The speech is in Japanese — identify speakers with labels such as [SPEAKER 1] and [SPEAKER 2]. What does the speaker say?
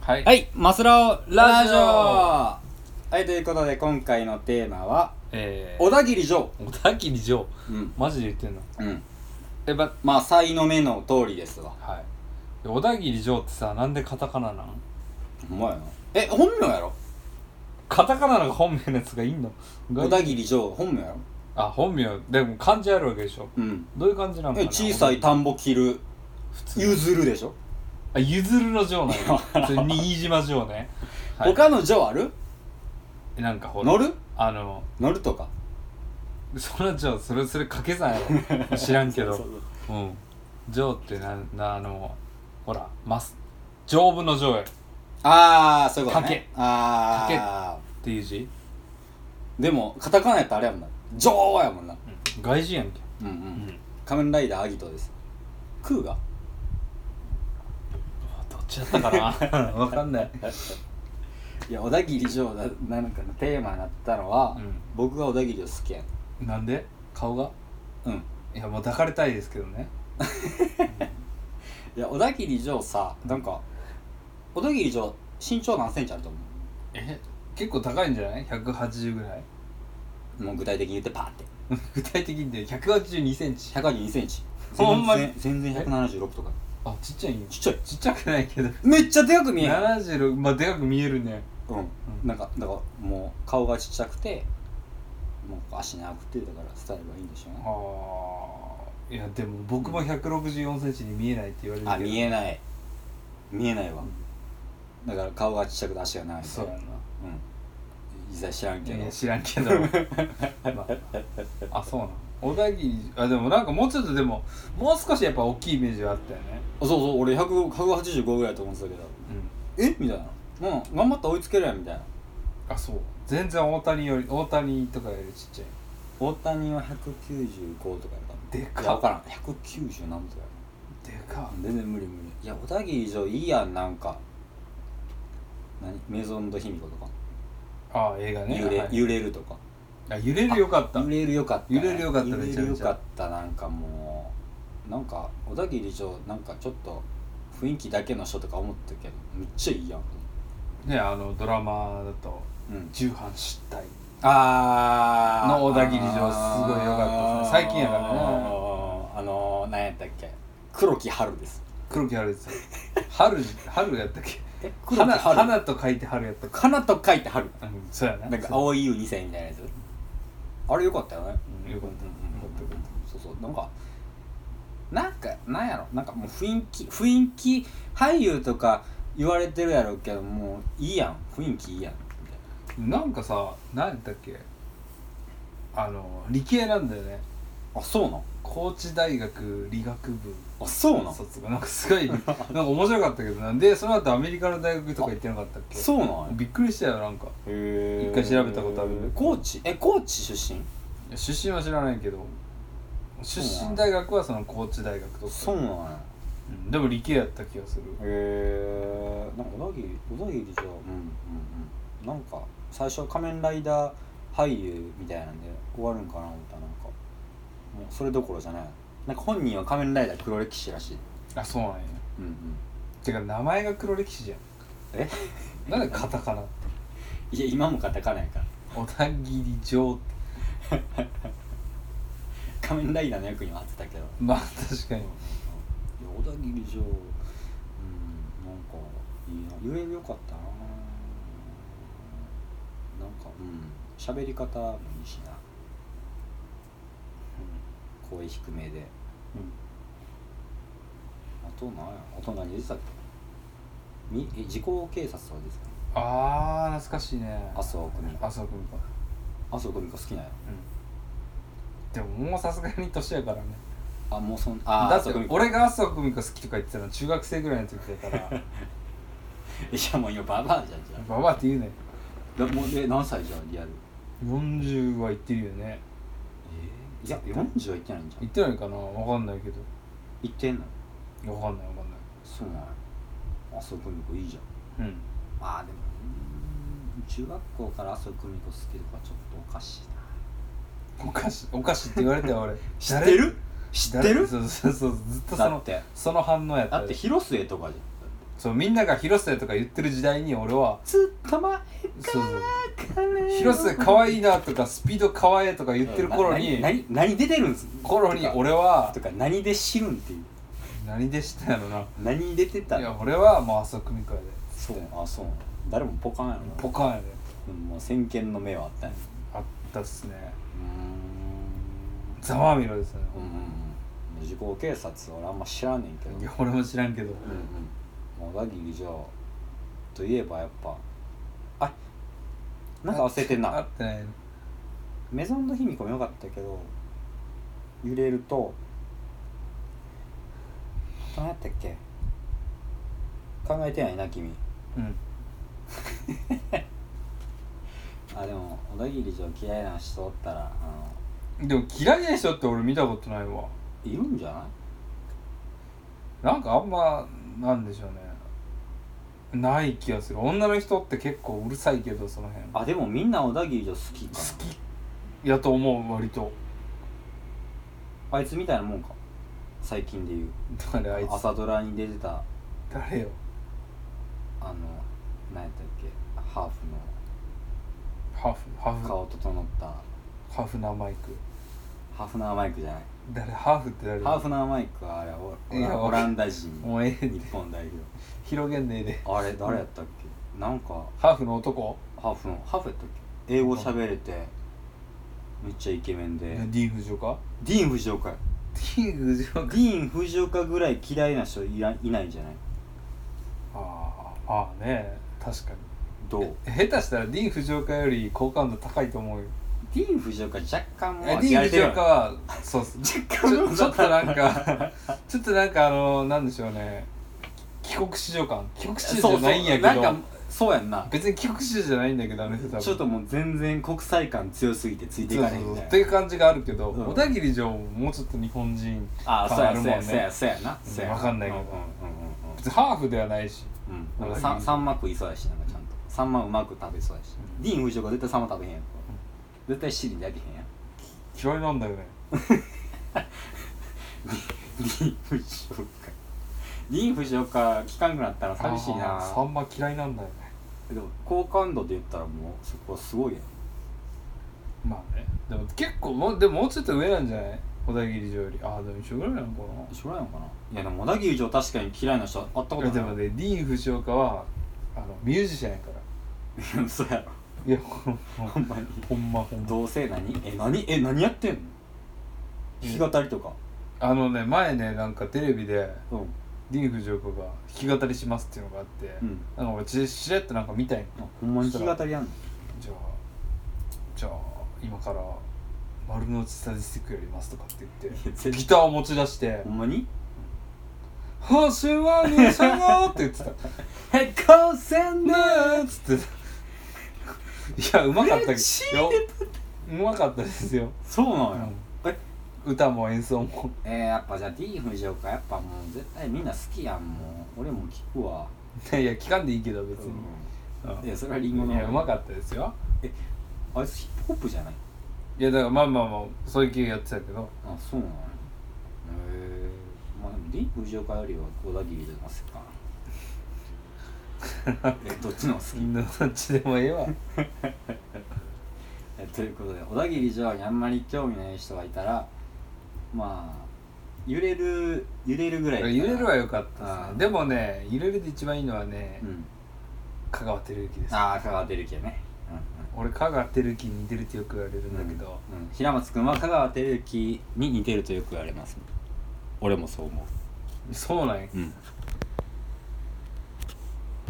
[SPEAKER 1] はい、
[SPEAKER 2] はい、マスラオラ
[SPEAKER 1] ラ
[SPEAKER 2] ジ
[SPEAKER 1] ジ
[SPEAKER 2] オ
[SPEAKER 1] オはい、ということで今回のテーマは、えー
[SPEAKER 2] 小田切城。
[SPEAKER 1] 小田切城
[SPEAKER 2] うん。
[SPEAKER 1] マジで言ってんの
[SPEAKER 2] うん。
[SPEAKER 1] やっぱ
[SPEAKER 2] まあ、才の目の通りですわ。
[SPEAKER 1] はいで小田切城ってさなんでカタカナなん
[SPEAKER 2] ほんまやな。え、本名やろ
[SPEAKER 1] カタカナのが本名のやつがいいの
[SPEAKER 2] 小田切城、本名やろ
[SPEAKER 1] あ本名でも漢字あるわけでしょ
[SPEAKER 2] うん。
[SPEAKER 1] どういう感じなのか
[SPEAKER 2] え
[SPEAKER 1] な
[SPEAKER 2] 小さい田んぼ切る、
[SPEAKER 1] 普通
[SPEAKER 2] 譲るでしょ、
[SPEAKER 1] あゆずるの城なんや普通に新島城ね、はい、
[SPEAKER 2] 他の城ある
[SPEAKER 1] なんかほら
[SPEAKER 2] 乗る
[SPEAKER 1] あの
[SPEAKER 2] 乗るとか。
[SPEAKER 1] そら城それそれ掛け算や ろ知らんけど
[SPEAKER 2] そうそう
[SPEAKER 1] うん城ってなんなあのほらます丈夫の城やろっ
[SPEAKER 2] あー、そういうこと
[SPEAKER 1] 賭け
[SPEAKER 2] ね。あ
[SPEAKER 1] ていう字、
[SPEAKER 2] ー。でも、カタカナやったらあれやもんな。城やもんな。
[SPEAKER 1] うん、外人やんけ
[SPEAKER 2] うんうん。
[SPEAKER 1] うん
[SPEAKER 2] 仮面ライダーアギトです。クーが
[SPEAKER 1] どっちだったかな わかんない
[SPEAKER 2] いや小田切城だなんかのテーマになったのは、
[SPEAKER 1] うん
[SPEAKER 2] 僕が小田切を好きやん
[SPEAKER 1] なんで顔が
[SPEAKER 2] うん
[SPEAKER 1] いやもう抱かれたいですけどね
[SPEAKER 2] いや小田切城さなんか小田切城身長何センチあると思
[SPEAKER 1] え結構高いんじゃない ?180 ぐらいう
[SPEAKER 2] もう具体的に言ってパーって
[SPEAKER 1] 具体的にで182センチ
[SPEAKER 2] 182センチ
[SPEAKER 1] ほんまに
[SPEAKER 2] 全然全然176とか
[SPEAKER 1] あちっちゃいん
[SPEAKER 2] ちっちゃい
[SPEAKER 1] ちっちゃくないけど
[SPEAKER 2] めっちゃでかく見える
[SPEAKER 1] 76まあでかく見えるね
[SPEAKER 2] うん、
[SPEAKER 1] うん
[SPEAKER 2] なんかだからもう顔がちっちゃくてもう足長くてだからスタイルがいいんでしょうね
[SPEAKER 1] ああいやでも僕も164センチに見えないって言われるけど
[SPEAKER 2] あ見えない見えないわだから顔がちっちゃくて足が長いみたいな
[SPEAKER 1] そうや
[SPEAKER 2] うんいざ知らんけ
[SPEAKER 1] ない
[SPEAKER 2] ど
[SPEAKER 1] や知らんけど、 まあ、あそうなの小田切あでもなんかもうちょっとでももう少しやっぱ大きいイメージがあったよね
[SPEAKER 2] あそうそう俺100 185ぐらいだと思ってたけど
[SPEAKER 1] うん
[SPEAKER 2] えみたいなうん頑張って追いつけるやんみたいな
[SPEAKER 1] あそう全然大谷より大谷とかよりちっちゃい
[SPEAKER 2] 大谷は195とかやった
[SPEAKER 1] で
[SPEAKER 2] いや
[SPEAKER 1] か
[SPEAKER 2] 分からん190何とかや
[SPEAKER 1] でか
[SPEAKER 2] った全然無理無理いや小田切城いいやんなんか何メゾンド卑弥呼とか、
[SPEAKER 1] ああ映画ね
[SPEAKER 2] 揺れ
[SPEAKER 1] はい
[SPEAKER 2] 揺れるとか
[SPEAKER 1] あ揺れるよかった
[SPEAKER 2] 揺れるよかった、
[SPEAKER 1] 揺れるよかった
[SPEAKER 2] 揺
[SPEAKER 1] め
[SPEAKER 2] れ
[SPEAKER 1] ちゃ
[SPEAKER 2] る
[SPEAKER 1] め
[SPEAKER 2] よ
[SPEAKER 1] ちゃ
[SPEAKER 2] かったなんかもうなんか小田切城なんかちょっと雰囲気だけの人とか思ってるけどめっちゃいいやん
[SPEAKER 1] ねあのドラマだと
[SPEAKER 2] うん
[SPEAKER 1] 重版失態
[SPEAKER 2] あー
[SPEAKER 1] の小田切城すごい良かったですね最近やからね
[SPEAKER 2] あのー、何やったっけ黒木春です
[SPEAKER 1] 黒木春さん 春春やったっけ
[SPEAKER 2] え黒木
[SPEAKER 1] 花
[SPEAKER 2] 春花
[SPEAKER 1] 花と書いて春やったっ
[SPEAKER 2] と書いて春
[SPEAKER 1] けうんそうやな
[SPEAKER 2] なんか
[SPEAKER 1] そう
[SPEAKER 2] 青い U2 歳みたいなやつあれよかったよね
[SPEAKER 1] うんよかったよかったよかっ
[SPEAKER 2] そうそうなんかなんかなんやろなんかもう雰囲気雰囲気俳優とか言われてるやろうけどもういいやん雰囲気いいやんみたい
[SPEAKER 1] たなんかさ何やったっけあの理系なんだよね
[SPEAKER 2] なあそうなん
[SPEAKER 1] 高知大学理学部
[SPEAKER 2] あそうなん
[SPEAKER 1] 卒がなんかす ごいなんか面白かったけどなんでその後アメリカの大学とか行ってなかったっけ
[SPEAKER 2] そうなん
[SPEAKER 1] びっくりしたよなんか
[SPEAKER 2] へ
[SPEAKER 1] 一回調べたことある
[SPEAKER 2] 高知え高知出身
[SPEAKER 1] 出身は知らないけど出
[SPEAKER 2] そうなん
[SPEAKER 1] 身大学はその高知大学とか
[SPEAKER 2] そうなんや
[SPEAKER 1] うんでも理系やった気がする
[SPEAKER 2] へえなんか小田切小田切じゃんうんうんうんなんか最初仮面ライダー俳優みたいなんで終わるんかな思ったらなんかもうそれどころじゃないなんか本人は仮面ライダー黒歴史らしい
[SPEAKER 1] あそうなんや
[SPEAKER 2] うんうん
[SPEAKER 1] てか名前が黒歴史じゃん
[SPEAKER 2] え
[SPEAKER 1] なんでカタカナ
[SPEAKER 2] いや今もカタカナやから
[SPEAKER 1] 小田切城って
[SPEAKER 2] 仮面ライダーの役には合ってたけど
[SPEAKER 1] まあ確かに
[SPEAKER 2] いや小田切城うんなんかいいな揺れるよかったななんかうん喋り方もいいしな、うん、声低めであとなんやあと何出てたっけみえ自己警察とかですかね
[SPEAKER 1] あー懐かしいね
[SPEAKER 2] 麻生久美子
[SPEAKER 1] 麻生久美子
[SPEAKER 2] 麻生久美子好きなんや
[SPEAKER 1] でももうさすがに年やからね
[SPEAKER 2] あもうそんあ
[SPEAKER 1] だって
[SPEAKER 2] 麻生久美子
[SPEAKER 1] 俺が麻生久美子好きとか言ってたの中学生ぐらいの時だから
[SPEAKER 2] いやもう今ババアじゃんじゃ
[SPEAKER 1] ババアって言うね
[SPEAKER 2] んだもうで何歳じゃんリアル
[SPEAKER 1] 40は言ってるよね
[SPEAKER 2] いや40はいってないんじゃん
[SPEAKER 1] 言ってないかなわかんないけ
[SPEAKER 2] いってんの
[SPEAKER 1] どわかんないわかんない
[SPEAKER 2] そうなんや麻生久美子いいじゃん
[SPEAKER 1] うん
[SPEAKER 2] まあでもうーん中学校から麻生久美子好きとかちょっとおかしいな
[SPEAKER 1] お菓子お菓子って言われたよ俺
[SPEAKER 2] 知ってる知って
[SPEAKER 1] 誰
[SPEAKER 2] る
[SPEAKER 1] そうそうそうずっとそ
[SPEAKER 2] だっ
[SPEAKER 1] の
[SPEAKER 2] て
[SPEAKER 1] その反応やった
[SPEAKER 2] だって広末とかじゃんだって
[SPEAKER 1] そうみんなが広末とか言ってる時代に俺は
[SPEAKER 2] ずっと前か
[SPEAKER 1] そうそう
[SPEAKER 2] ら彼を
[SPEAKER 1] 広末可愛いなとかスピード可愛いとか言ってる頃
[SPEAKER 2] うん
[SPEAKER 1] に
[SPEAKER 2] な何何出てるんです
[SPEAKER 1] 頃に
[SPEAKER 2] とか
[SPEAKER 1] 俺は
[SPEAKER 2] とか何で知るんっていう
[SPEAKER 1] 何でしたやろな
[SPEAKER 2] 何出てた
[SPEAKER 1] いや俺はもう麻生久美子やで
[SPEAKER 2] そうあそう誰もポカンやろな
[SPEAKER 1] ポカンやで
[SPEAKER 2] うんもう先見の目はあったんや
[SPEAKER 1] あったっすね
[SPEAKER 2] う
[SPEAKER 1] ざまみろですね、
[SPEAKER 2] んうん時効警察俺あんま知らんねんけど
[SPEAKER 1] いや俺も知らんけど、
[SPEAKER 2] うんうん、小田切議長といえばやっぱあなんか忘れてん
[SPEAKER 1] あ
[SPEAKER 2] な
[SPEAKER 1] ってない
[SPEAKER 2] メゾンド卑弥呼もよかったけど揺れると何やったっけ考えてないな君
[SPEAKER 1] うん
[SPEAKER 2] あでも小田切議長嫌いな人おったらあの
[SPEAKER 1] でも嫌いな人って俺見たことないわ
[SPEAKER 2] いるんじゃない
[SPEAKER 1] なんかあんまなんでしょうねない気がする女の人って結構うるさいけどその辺
[SPEAKER 2] あでもみんな小田切女好き
[SPEAKER 1] 好
[SPEAKER 2] か
[SPEAKER 1] きやと思う割と
[SPEAKER 2] あいつみたいなもんか最近で言う
[SPEAKER 1] 誰あいつ
[SPEAKER 2] 朝ドラに出てた
[SPEAKER 1] 誰よ
[SPEAKER 2] あの何やったっけハーフの
[SPEAKER 1] ハーフハーフ
[SPEAKER 2] 顔整った
[SPEAKER 1] ハーフなマイク
[SPEAKER 2] ハーフナーマイクじゃない
[SPEAKER 1] 誰ハーフって誰
[SPEAKER 2] ハーフナーマイクはあれオラ
[SPEAKER 1] いや
[SPEAKER 2] オランダ人
[SPEAKER 1] もうええ
[SPEAKER 2] 日
[SPEAKER 1] に
[SPEAKER 2] 本代表
[SPEAKER 1] 広げんねえで
[SPEAKER 2] あれ誰やったっけなんか
[SPEAKER 1] ハーフの男
[SPEAKER 2] ハーフのハーフやったっけ英語喋れてめっちゃイケメン
[SPEAKER 1] デ
[SPEAKER 2] で
[SPEAKER 1] ィーン・フジオカ
[SPEAKER 2] ディーン・フジオカや
[SPEAKER 1] ディーン・フジオ
[SPEAKER 2] ディーン・フジオカぐらい嫌いな人いないないんじゃない
[SPEAKER 1] ああまあね確かに
[SPEAKER 2] どう
[SPEAKER 1] 下手したらディーン・フジオカより好感度高いと思うよ
[SPEAKER 2] ディーン・フジオカ若干もう
[SPEAKER 1] え
[SPEAKER 2] 飽
[SPEAKER 1] ディ
[SPEAKER 2] き
[SPEAKER 1] ー
[SPEAKER 2] ら
[SPEAKER 1] ン・
[SPEAKER 2] れ
[SPEAKER 1] フ
[SPEAKER 2] て
[SPEAKER 1] ジ
[SPEAKER 2] る
[SPEAKER 1] オ
[SPEAKER 2] よ
[SPEAKER 1] カ
[SPEAKER 2] ね
[SPEAKER 1] はそうっす
[SPEAKER 2] 若
[SPEAKER 1] ち
[SPEAKER 2] 干
[SPEAKER 1] ょ
[SPEAKER 2] もう
[SPEAKER 1] ちょっとなんかちょっとなんかあのなんでしょうね帰国子女感帰国子女じゃないんやけど
[SPEAKER 2] そうそうなんかそうやんな
[SPEAKER 1] 別に帰国子女じゃないんだけどあの人多分
[SPEAKER 2] ちょっともう全然国際感強すぎてついてい
[SPEAKER 1] そう
[SPEAKER 2] か
[SPEAKER 1] そ
[SPEAKER 2] な
[SPEAKER 1] う
[SPEAKER 2] い
[SPEAKER 1] そう
[SPEAKER 2] みたい
[SPEAKER 1] っ
[SPEAKER 2] な
[SPEAKER 1] ていう感じがあるけど
[SPEAKER 2] うん
[SPEAKER 1] 小田切城ももうちょっと日本人
[SPEAKER 2] ああそうやそう
[SPEAKER 1] 感
[SPEAKER 2] や
[SPEAKER 1] あるもんね
[SPEAKER 2] そうやそうやなそうや
[SPEAKER 1] わかんないけど
[SPEAKER 2] うんうん
[SPEAKER 1] 別にハーフではないし
[SPEAKER 2] うんうんうんなんかさんサンマ食いそうやしなんかちゃんとサンマうまく食べそうやし
[SPEAKER 1] うん
[SPEAKER 2] ディーン・フジオカ絶対サンマ食べへんやん絶対シリであげへんや
[SPEAKER 1] 嫌
[SPEAKER 2] ん
[SPEAKER 1] いなんだよね
[SPEAKER 2] ディーン・フジオカディーン・フジオカ聞かんくなったら寂しい
[SPEAKER 1] あ
[SPEAKER 2] な
[SPEAKER 1] ーサンマ嫌いなんだよね
[SPEAKER 2] でも好感度で言ったらもうそこはすごいやん
[SPEAKER 1] まあねでも結構もうでももうちょっと上なんじゃない小田切城よりああでも一緒ぐらいなのかな
[SPEAKER 2] 一緒ぐらいなのかないやでも小田切城確かに嫌いな人会ったこと
[SPEAKER 1] い
[SPEAKER 2] な
[SPEAKER 1] や
[SPEAKER 2] い
[SPEAKER 1] でもねディーン・フジオカはあのミュージシャンやから
[SPEAKER 2] うん そうやろ
[SPEAKER 1] いやほんま
[SPEAKER 2] ほんまに
[SPEAKER 1] ほんまほんま
[SPEAKER 2] どうせ何え何え何やってんの弾き語りとか
[SPEAKER 1] あのね前ねなんかテレビで
[SPEAKER 2] うん
[SPEAKER 1] ディーン・フジオカが弾き語りしますっていうのがあって、
[SPEAKER 2] うん
[SPEAKER 1] なんか俺ちしれっとなんか見たい
[SPEAKER 2] あ
[SPEAKER 1] の
[SPEAKER 2] ほんまに弾き語りやんの
[SPEAKER 1] じゃあじゃあ今から「丸の内スタジスティックやります」とかって言っ
[SPEAKER 2] いや
[SPEAKER 1] て
[SPEAKER 2] 絶
[SPEAKER 1] ギターを持ち出して
[SPEAKER 2] ほんまに
[SPEAKER 1] 「星は二千号」って言ってた
[SPEAKER 2] へっこせ
[SPEAKER 1] 「
[SPEAKER 2] ん
[SPEAKER 1] ね
[SPEAKER 2] な
[SPEAKER 1] え」っつっていやうまかったけどようまかったですよ、
[SPEAKER 2] そうなんや、え
[SPEAKER 1] うん、歌も演奏も
[SPEAKER 2] えー、やっぱじゃあ D 藤岡やっぱもう絶対みんな好きやんもう俺も聞くわ
[SPEAKER 1] いや聞かんでいいけど別
[SPEAKER 2] 別
[SPEAKER 1] に
[SPEAKER 2] に、、
[SPEAKER 1] うん
[SPEAKER 2] いやそれはリンゴの
[SPEAKER 1] いやうまかったですよ
[SPEAKER 2] あいつヒップホップじゃない
[SPEAKER 1] いやだからまあまあまあそういう系やってたけど
[SPEAKER 2] あそうなんやへえまあでも D 藤岡よりは小田切りでも好き かなえどっちの方が好き
[SPEAKER 1] みんなどっちでもええ わ
[SPEAKER 2] えということで小田切城にあんまり興味ない人がいたらまあ揺れる揺れるぐらいかな
[SPEAKER 1] 揺れるは良かったです
[SPEAKER 2] あ
[SPEAKER 1] ね
[SPEAKER 2] ー
[SPEAKER 1] でもね揺れるで一番いいのはね、
[SPEAKER 2] うん
[SPEAKER 1] 香川照之です
[SPEAKER 2] ああ香川照之やね
[SPEAKER 1] 俺香川照之に似てるってよく言われる
[SPEAKER 2] うんんう
[SPEAKER 1] だ
[SPEAKER 2] ん
[SPEAKER 1] けど、
[SPEAKER 2] うん、平松君は香川照之に似てるとよく言われます俺もそう思
[SPEAKER 1] そうなんや
[SPEAKER 2] ううん